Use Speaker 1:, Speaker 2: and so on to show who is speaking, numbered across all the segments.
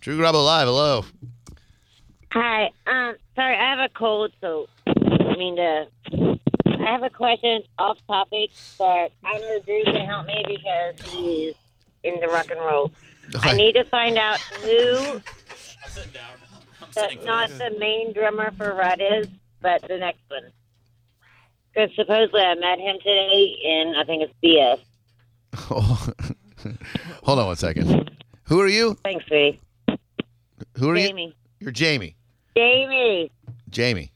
Speaker 1: True Grubble Live. Hello.
Speaker 2: Hi. Um, sorry, I have a cold, so I mean to. I have a question off topic, but I know Drew can help me because he's into rock and roll. I need to find out who. That's not the main drummer for Rudd is, but the next one. Because supposedly I met him today, and I think it's BS.
Speaker 1: Hold on one second. Who are you?
Speaker 2: Thanks, sweetie.
Speaker 1: Who are you?
Speaker 2: Jamie.
Speaker 1: You're Jamie.
Speaker 2: Jamie.
Speaker 1: Jamie.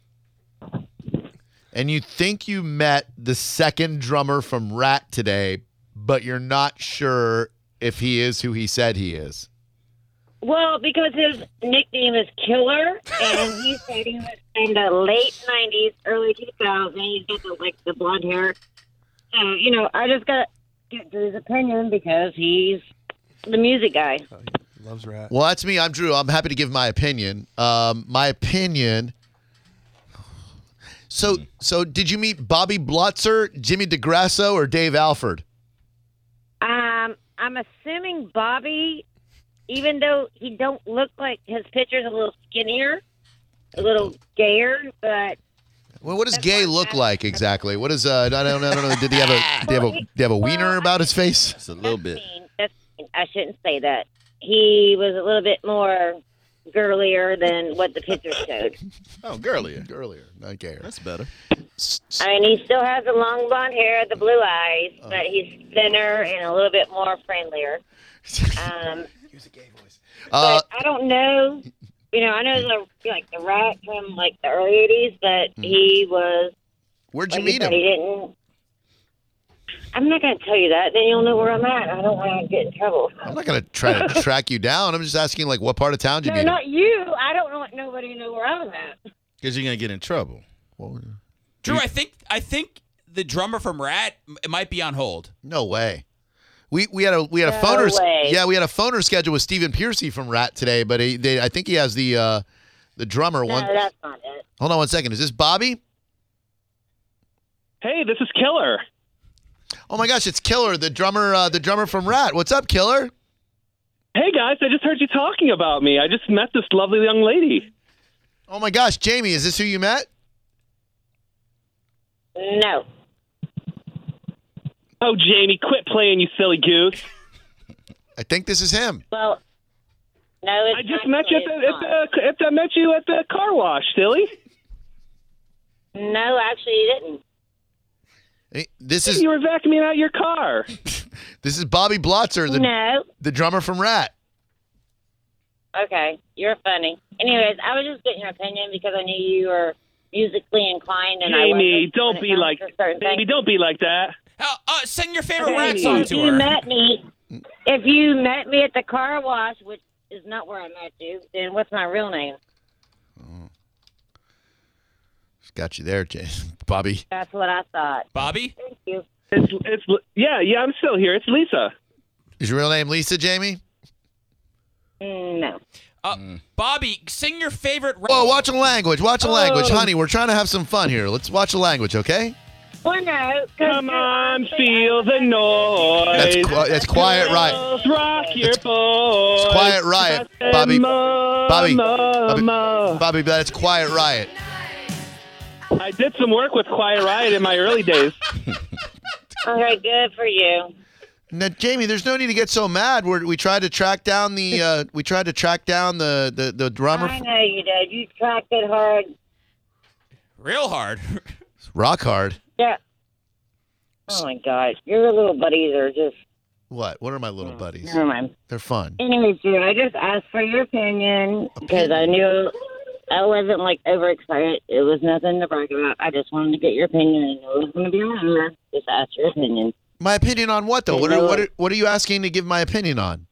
Speaker 1: And you think you met the second drummer from Rat today, but you're not sure if he is who he said he is.
Speaker 2: Well, because his nickname is Killer, and he said he was in the late '90s, early 2000s. He's got the like the blonde hair. So you know, I just got to get his opinion because he's the music guy.
Speaker 3: Loves rat.
Speaker 1: Well, that's me. I'm Drew. I'm happy to give my opinion. Um, my opinion. So, so did you meet Bobby Blutzer, Jimmy DeGrasso, or Dave Alford?
Speaker 2: Um, I'm assuming Bobby, even though he don't look like his picture's a little skinnier, a little gayer, but
Speaker 1: Well, what does gay look like exactly? What is uh? I don't, I don't know. Did he have a? Did he have a? Did he have a wiener about his face?
Speaker 4: It's a little bit.
Speaker 2: mean, that's, I shouldn't say that. He was a little bit more girlier than what the picture showed.
Speaker 4: Oh, girlier.
Speaker 1: Earlier, not gayer.
Speaker 4: That's better.
Speaker 2: I mean, he still has the long blonde hair, the blue eyes,
Speaker 1: Uh.
Speaker 2: but he's thinner and a little bit more friendlier. Um,
Speaker 1: Uh,
Speaker 2: but I don't know. You know, I know the like the rat from like the early '80s, but he was.
Speaker 1: where'd
Speaker 2: Like
Speaker 1: Mm. you meet
Speaker 2: said, He
Speaker 1: him?
Speaker 2: didn't. I'm not going to tell you that. Then you'll know where I'm at. I don't want to get in trouble.
Speaker 1: I'm not gonna try to track you down. I'm just asking, like, what part of town did you
Speaker 2: No,
Speaker 1: meet? him?
Speaker 2: not you. I don't want nobody to know where I'm at.
Speaker 4: Because you're going to get in trouble.
Speaker 5: Drew, I think I think the drummer from Rat m- might be on hold.
Speaker 1: No way. We, we had a we had a
Speaker 2: No
Speaker 1: phoner
Speaker 2: way.
Speaker 1: yeah we had a phoner scheduled with Stephen Piercy from Rat today but he, they, I think he has the uh, the drummer one
Speaker 2: No, that's not it.
Speaker 1: hold on one second is this Bobby
Speaker 6: Hey, this is Killer.
Speaker 1: oh my gosh it's Killer the drummer uh, the drummer from Rat what's up Killer
Speaker 6: Hey guys, I just heard you talking about me. I just met this lovely young lady.
Speaker 1: oh my gosh Jamie is this who you met
Speaker 2: No.
Speaker 6: Oh, Jamie, quit playing, you silly goose.
Speaker 1: I think this is him
Speaker 2: Well, no, it's
Speaker 6: I just
Speaker 2: not
Speaker 6: met you at
Speaker 2: It's
Speaker 6: the, at
Speaker 2: not.
Speaker 6: the, at the I met you at the car wash, silly.
Speaker 2: No, actually, you didn't.
Speaker 1: Eh, this is
Speaker 6: You were vacuuming out your car.
Speaker 1: this is Bobby Blotzer the,
Speaker 2: No.
Speaker 1: the drummer from Rat
Speaker 2: Okay, you're funny. Anyways, I was just getting your opinion because I knew you were musically inclined, and
Speaker 6: Jamie,
Speaker 2: I wasn't when
Speaker 6: don't
Speaker 2: it
Speaker 6: be
Speaker 2: comes
Speaker 6: like
Speaker 2: to certain
Speaker 6: Jamie,
Speaker 2: things.
Speaker 6: don't be like that.
Speaker 5: Uh, uh, sing your favorite Rat
Speaker 2: If
Speaker 5: song to
Speaker 2: you
Speaker 5: her.
Speaker 2: met me, if you met me at the car wash, which is not where I met you, then what's my real name?
Speaker 1: got you there Jamie. Bobby
Speaker 2: That's what I thought.
Speaker 5: Bobby,
Speaker 2: Thank you.
Speaker 6: It's it's yeah, yeah, I'm still here. It's Lisa.
Speaker 1: is your real name Lisa Jamie
Speaker 2: Mm, No.
Speaker 5: uh,
Speaker 4: Hmm.
Speaker 5: Bobby, sing your favorite. Rat.
Speaker 1: Whoa, Oh, watch the language. Watch the language, honey. We're trying to have some fun here. Let's watch the language, okay?
Speaker 2: Well, no. 'cause
Speaker 6: Come
Speaker 2: you're
Speaker 6: on,
Speaker 2: honestly-
Speaker 6: feel the
Speaker 1: That's
Speaker 6: noise.
Speaker 1: qui- that's quiet right.
Speaker 6: Girls, Rock your boys.
Speaker 1: Quiet riot,
Speaker 6: And
Speaker 1: Bobby.
Speaker 6: mama.
Speaker 1: Bobby, Bobby, Bobby, that's quiet riot.
Speaker 6: I did some work with Quiet Riot in my early days.
Speaker 2: Okay, good for you.
Speaker 1: Now, Jamie, there's no need to get so mad. We're, we tried to track down the uh, we tried to track down the the, the drummer.
Speaker 2: I know you did. You tracked it hard.
Speaker 5: real hard.
Speaker 1: Rock hard.
Speaker 2: Yeah. Oh my God, your little buddies are just
Speaker 1: What? What are my little buddies?
Speaker 2: never mind.
Speaker 1: They're fun.
Speaker 2: Anyways, Drew, I just asked for your opinion because I knew I wasn't like overexcited. It was nothing to brag about. I just wanted to get your opinion. I know it was going to be on here. Just ask your opinion.
Speaker 1: My opinion on what though?
Speaker 2: Hey,
Speaker 1: What are,
Speaker 2: no.
Speaker 1: what are what are you asking to give my opinion on?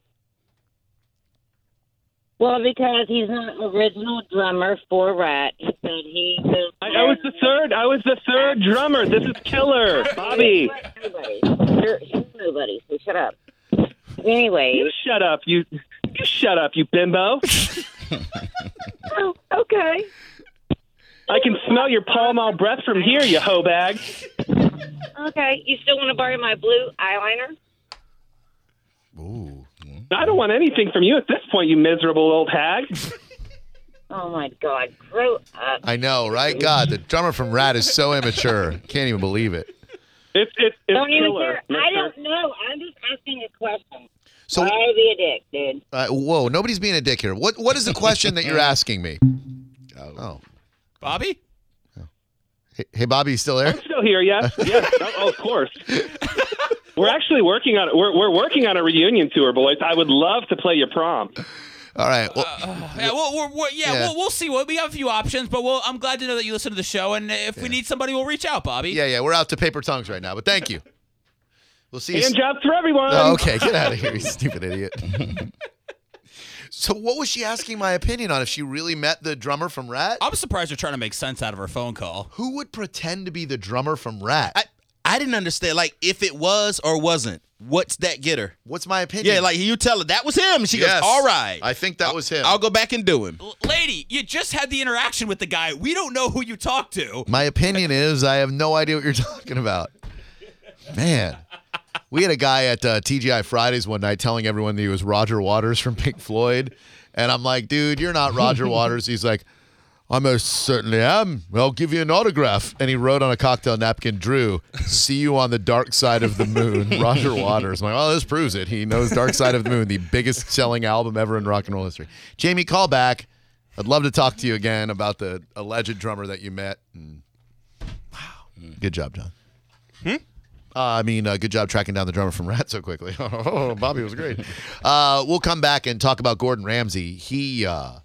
Speaker 2: Well, because he's not the original drummer for Rat. He said he. was-
Speaker 6: I, I was the third. I was the third drummer. This is Killer, Bobby.
Speaker 2: Nobody. You're, you're nobody. So shut up. Anyways.
Speaker 6: You shut up, you. You shut up, you bimbo.
Speaker 2: Oh, okay.
Speaker 6: I can smell your Pall Mall breath from here, you hoe bag.
Speaker 2: Okay. You still want to borrow my blue eyeliner?
Speaker 1: Ooh.
Speaker 6: I don't want anything from you at this point, you miserable old hag.
Speaker 2: Oh my God, grow up.
Speaker 1: I know, right? God, the drummer from Rat is so immature. Can't even believe it.
Speaker 6: It's it's it's
Speaker 2: Don't even
Speaker 6: killer.
Speaker 2: care. I
Speaker 6: mister.
Speaker 2: don't know. I'm just asking a question.
Speaker 1: So,
Speaker 2: Why be a dick, dude?
Speaker 1: uh, whoa, nobody's being a dick here. What What is the question that you're asking me? Oh,
Speaker 5: Bobby?
Speaker 1: hey, hey Bobby, you still there?
Speaker 6: Still here, yes, yes, oh, oh, of course. We're actually working on we're we're working on a reunion tour, boys. I would love to play your prom.
Speaker 1: All right. Well,
Speaker 5: Yeah, we'll, we'll, we'll, yeah,
Speaker 1: Yeah.
Speaker 5: We'll, we'll see. Well, we have a few options, but we'll, I'm glad to know that you listen to the show. And if we need somebody, we'll reach out, Bobby.
Speaker 1: yeah, yeah, we're out to paper tongues right now, but thank you. We'll see you.
Speaker 6: And
Speaker 1: s-
Speaker 6: jobs for everyone.
Speaker 1: Oh, okay, get out of here, you stupid idiot. so, what was she asking my opinion on? If she really met the drummer from Rat?
Speaker 5: I'm surprised you're trying to make sense out of her phone call.
Speaker 1: Who would pretend to be the drummer from Rat?
Speaker 4: I, I didn't understand. Like, if it was or wasn't, what's that get her?
Speaker 1: What's my opinion?
Speaker 4: Yeah, like you tell her that was him. She
Speaker 1: Yes.
Speaker 4: goes, all right.
Speaker 1: I think that was him.
Speaker 4: I'll go back and do him.
Speaker 5: L- lady, you just had the interaction with the guy. We don't know who you talked to.
Speaker 1: My opinion is I have no idea what you're talking about. Man. We had a guy at uh, TGI Fridays one night telling everyone that he was Roger Waters from Pink Floyd. And I'm like, dude, you're not Roger Waters. He's like, I most certainly am. I'll give you an autograph. And he wrote on a cocktail napkin, Drew, see you on the dark side of the moon, Roger Waters. I'm like, oh, this proves it. He knows Dark Side of the Moon, the biggest selling album ever in rock and roll history. Jamie, call back. I'd love to talk to you again about the alleged drummer that you met. And- Good job, John. Uh, I mean, uh, good job tracking down the drummer from Rat so quickly. oh, Bobby was great. Uh, we'll come back and talk about Gordon Ramsay. He uh,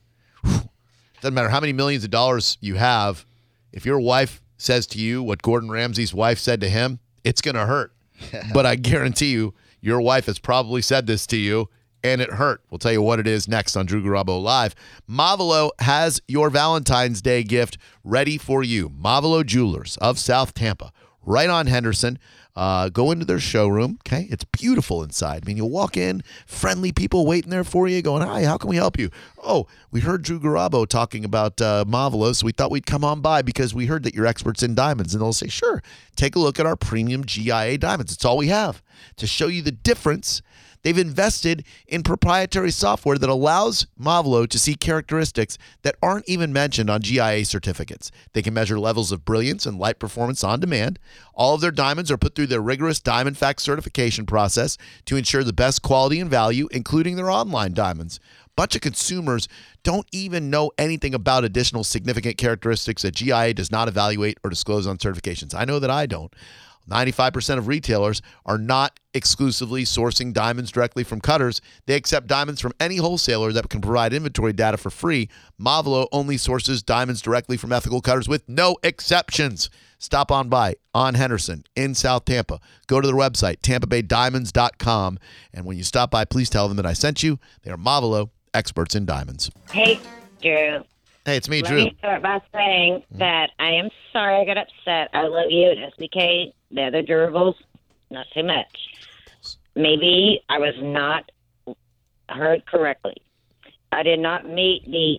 Speaker 1: doesn't matter how many millions of dollars you have. If your wife says to you what Gordon Ramsay's wife said to him, it's gonna hurt. but I guarantee you, your wife has probably said this to you, and it hurt. We'll tell you what it is next on Drew Garabo Live. Mavalo has your Valentine's Day gift ready for you. Mavalo Jewelers of South Tampa right on Henderson. Uh, go into their showroom. Okay, it's beautiful inside. I mean, you'll walk in, friendly people waiting there for you, going, "Hi, how can we help you?" Oh, we heard Drew Garabo talking about uh, Mavalo, so we thought we'd come on by because we heard that you're experts in diamonds, and they'll say, "Sure, take a look at our premium GIA diamonds. It's all we have to show you the difference." They've invested in proprietary software that allows Mavlo to see characteristics that aren't even mentioned on GIA certificates. They can measure levels of brilliance and light performance on demand. All of their diamonds are put through their rigorous Diamond Fact certification process to ensure the best quality and value, including their online diamonds. Bunch of consumers don't even know anything about additional significant characteristics that GIA does not evaluate or disclose on certifications. I know that I don't. 95% of retailers are not exclusively sourcing diamonds directly from cutters. They accept diamonds from any wholesaler that can provide inventory data for free. Mavlo only sources diamonds directly from ethical cutters with no exceptions. Stop on by on Henderson in South Tampa. Go to their website, tampabaydiamonds.com. And when you stop by, please tell them that I sent you. They are Mavlo, experts in diamonds.
Speaker 2: Hey, Drew.
Speaker 1: Hey, it's me,
Speaker 2: Let
Speaker 1: Drew. Mm.
Speaker 2: me start by saying that I am sorry I got upset. I love you and SBK, the other durables, not so much. Maybe I was not heard correctly. I did not meet the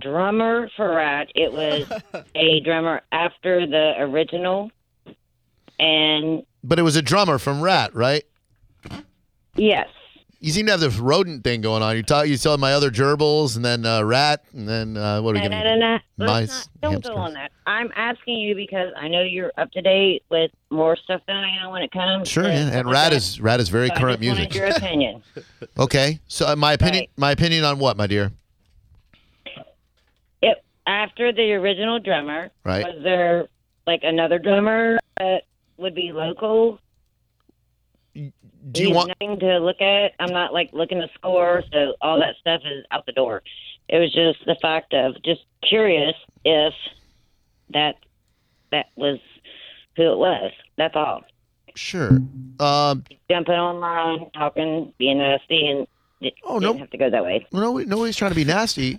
Speaker 2: drummer for Rat. It was a drummer after the original. And
Speaker 1: But it was a drummer from Rat, right?
Speaker 2: yes,
Speaker 1: You seem to have this rodent thing going on. You talk, you saw my other gerbils, and then uh, rat, and then uh, what are we
Speaker 2: no,
Speaker 1: gonna
Speaker 2: no,
Speaker 1: do?
Speaker 2: no, no. Let's
Speaker 1: Mice,
Speaker 2: not, don't
Speaker 1: hamsters.
Speaker 2: go on that. I'm asking you because I know you're up to date with more stuff than I am when it comes.
Speaker 1: Sure,
Speaker 2: to
Speaker 1: yeah.
Speaker 2: stuff
Speaker 1: And
Speaker 2: like
Speaker 1: rat
Speaker 2: that.
Speaker 1: is rat is very
Speaker 2: So I
Speaker 1: current
Speaker 2: just wanted
Speaker 1: music.
Speaker 2: Your opinion.
Speaker 1: Okay, so uh, my opinion,
Speaker 2: Right.
Speaker 1: my opinion on what, my dear?
Speaker 2: It, after the original drummer,
Speaker 1: Right.
Speaker 2: was there like another drummer that would be local?
Speaker 1: Do you
Speaker 2: There's
Speaker 1: want?
Speaker 2: nothing to look at? I'm not like looking to score, so all that stuff is out the door. It was just the fact of just curious if that that was who it was. That's all.
Speaker 1: Sure. Um,
Speaker 2: Jumping online, talking, being nasty, and it
Speaker 1: Oh,
Speaker 2: didn't
Speaker 1: no.
Speaker 2: have to go that way.
Speaker 1: no, nobody's trying to be nasty.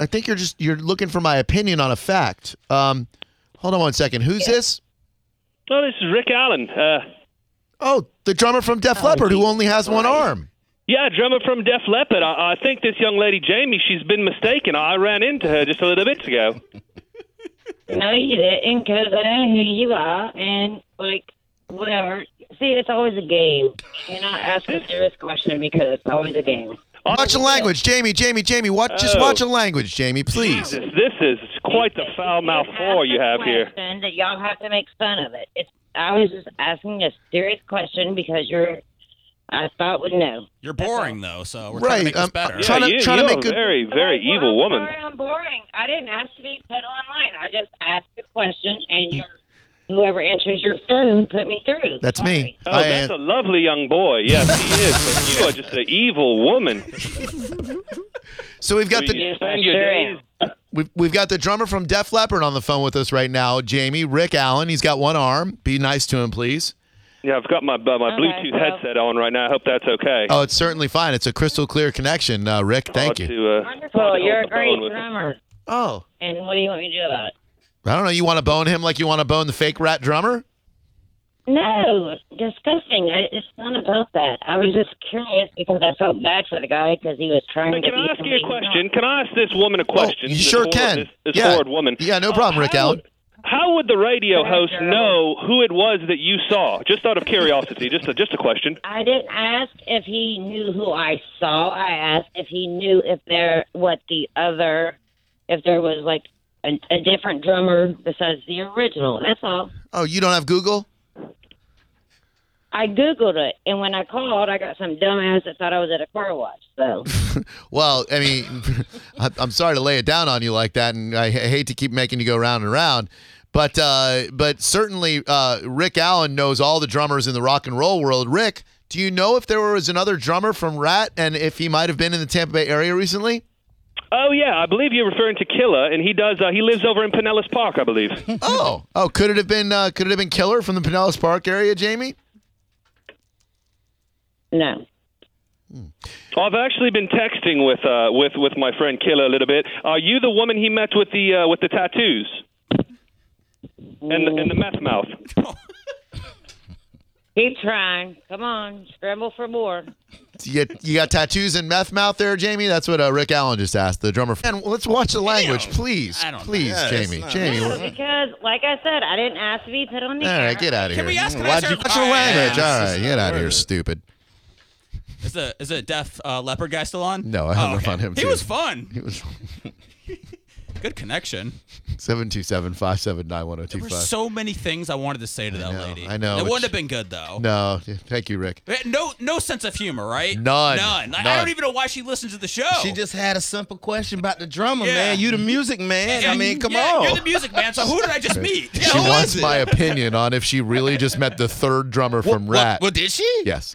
Speaker 1: I think you're just you're looking for my opinion on a fact. Um, hold on one second. Who's this?
Speaker 6: Oh, this is Rick Allen. Uh,
Speaker 1: Oh, the drummer from Def Leppard who only has one arm.
Speaker 6: yeah, drummer from Def Leppard. I, I think this young lady Jamie, she's been mistaken. I ran into her just a little bit ago.
Speaker 2: No, you didn't, because I know who you are, and like whatever. see, it's always a game. You're not asking a serious question because it's always a game.
Speaker 1: Watch the language, Jamie. Jamie, Jamie. Watch just
Speaker 6: Oh.
Speaker 1: watch the language, Jamie, please.
Speaker 6: This, this is quite the foul mouth four you have here.
Speaker 2: Question That y'all have to make fun of it. It's, I was just asking a serious question because you're. I thought would know.
Speaker 5: You're boring though, so we're trying
Speaker 1: Right, um,
Speaker 5: to make this
Speaker 1: I'm-
Speaker 5: better.
Speaker 1: I'm trying
Speaker 6: yeah,
Speaker 1: to-
Speaker 6: you,
Speaker 1: trying to
Speaker 6: you're
Speaker 1: make
Speaker 6: a
Speaker 1: good-
Speaker 6: very, very
Speaker 2: Well,
Speaker 6: evil
Speaker 2: I'm
Speaker 6: woman.
Speaker 2: Sorry, I'm boring. I didn't ask to be put online. I just asked the question, and your, whoever answers your phone put me through.
Speaker 1: That's me.
Speaker 6: Oh,
Speaker 1: I
Speaker 6: that's
Speaker 1: am-
Speaker 6: a lovely young boy. Yes, he is. But you are just an evil woman.
Speaker 1: so we've got
Speaker 6: So
Speaker 1: the
Speaker 6: you
Speaker 2: Yes,
Speaker 6: spend
Speaker 2: I
Speaker 6: your
Speaker 2: sure
Speaker 6: days-
Speaker 2: am.
Speaker 1: we've, we've got the drummer from Def Leppard on the phone with us right now, Jamie. Rick Allen. He's got one arm. Be nice to him, please.
Speaker 6: Yeah, I've got my uh, my
Speaker 2: Okay,
Speaker 6: Bluetooth
Speaker 2: well-
Speaker 6: headset on right now. I hope that's okay.
Speaker 1: Oh, it's certainly fine. It's a crystal clear connection, uh, Rick. Thank
Speaker 6: Hard
Speaker 1: you.
Speaker 6: to, uh, hard
Speaker 2: Wonderful.
Speaker 6: to
Speaker 2: You're a
Speaker 6: hold the phone
Speaker 2: great
Speaker 6: with-
Speaker 2: drummer.
Speaker 1: Oh,
Speaker 2: And what do you want me to do about it?
Speaker 1: I don't know. You want to bone him like you want to bone the fake rat drummer?
Speaker 2: No, disgusting. I- It's not about that. I was just curious because I felt bad for the guy because he was trying
Speaker 6: Hey,
Speaker 2: to
Speaker 6: Can
Speaker 2: be
Speaker 6: I ask
Speaker 2: somebody
Speaker 6: you a
Speaker 2: he's
Speaker 6: question? Can I ask this woman a question?
Speaker 1: Oh, you
Speaker 6: This
Speaker 1: sure
Speaker 6: forward-
Speaker 1: can.
Speaker 6: This, this
Speaker 1: yeah.
Speaker 6: forward woman.
Speaker 1: Yeah, no problem, Rick
Speaker 6: Oh, how-
Speaker 1: Allen.
Speaker 6: How would the radio
Speaker 2: Very
Speaker 6: host
Speaker 2: terrible.
Speaker 6: know who it was that you saw? Just out of curiosity, just a, just a question.
Speaker 2: not. I didn't ask if he knew who I saw. I asked if he knew if there what the other, if there was like a, a different drummer besides the original. That's all.
Speaker 1: Oh, you don't have Google?
Speaker 2: I googled it, and when I called, I got some dumbass that thought I was at a car wash. So
Speaker 1: Well, I mean, I- I'm sorry to lay it down on you like that, and I h- hate to keep making you go round and round. But uh, but certainly, uh, Rick Allen knows all the drummers in the rock and roll world. Rick, do you know if there was another drummer from Rat, and if he might have been in the Tampa Bay area recently?
Speaker 6: Oh yeah, I believe you're referring to Killa, and he does. Uh, he lives over in Pinellas Park, I believe.
Speaker 1: Oh, oh, could it have been? Uh, could it have been Killer from the Pinellas Park area, Jamie?
Speaker 2: no.
Speaker 6: I've actually been texting with uh, with with my friend Killa a little bit. Are you the woman he met with the uh, with the tattoos and the, and the meth mouth?
Speaker 2: Keep trying. Come on, scramble for more.
Speaker 1: You, get, you got tattoos and meth mouth there, Jamie. That's what uh, Rick Allen just asked the drummer. And let's watch the language, please,
Speaker 5: I don't know.
Speaker 1: please,
Speaker 4: Yeah, that's
Speaker 1: Jamie,
Speaker 4: not-
Speaker 1: Jamie.
Speaker 2: No,
Speaker 1: we're-
Speaker 2: because, like I said, I didn't ask to be put on the
Speaker 1: All
Speaker 2: air.
Speaker 1: right, get out of here.
Speaker 5: Can we ask? Can I
Speaker 4: Why'd
Speaker 5: serve-
Speaker 4: you
Speaker 1: Watch your
Speaker 5: All right,
Speaker 1: language.
Speaker 5: yeah.
Speaker 1: All right, get out of here, stupid.
Speaker 5: Is the is the deaf uh, leopard guy still on? Oh,
Speaker 1: No, I hung up
Speaker 5: okay.
Speaker 1: on him,
Speaker 5: He
Speaker 1: too.
Speaker 5: was fun.
Speaker 1: It was
Speaker 5: Good connection.
Speaker 1: 727 579
Speaker 5: There were so many things I wanted to say to that
Speaker 1: know,
Speaker 5: lady.
Speaker 1: I know,
Speaker 5: It
Speaker 1: but
Speaker 5: wouldn't
Speaker 1: you-
Speaker 5: have been good though.
Speaker 1: No, yeah, thank you, Rick.
Speaker 5: Eh, No, no sense of humor, right?
Speaker 1: None.
Speaker 5: None. Like, I
Speaker 1: None.
Speaker 5: don't even know why she listens to the show.
Speaker 4: She just had a simple question about the drummer,
Speaker 5: Yeah.
Speaker 4: man. You the music man. I
Speaker 5: Yeah,
Speaker 4: mean, come
Speaker 5: yeah,
Speaker 4: on.
Speaker 5: You're the music man. So who did I just meet?
Speaker 1: She
Speaker 4: who
Speaker 1: wants
Speaker 4: is it?
Speaker 1: my opinion on if she really just met the third drummer from
Speaker 4: Well,
Speaker 1: Rat.
Speaker 4: well, did she?
Speaker 1: Yes.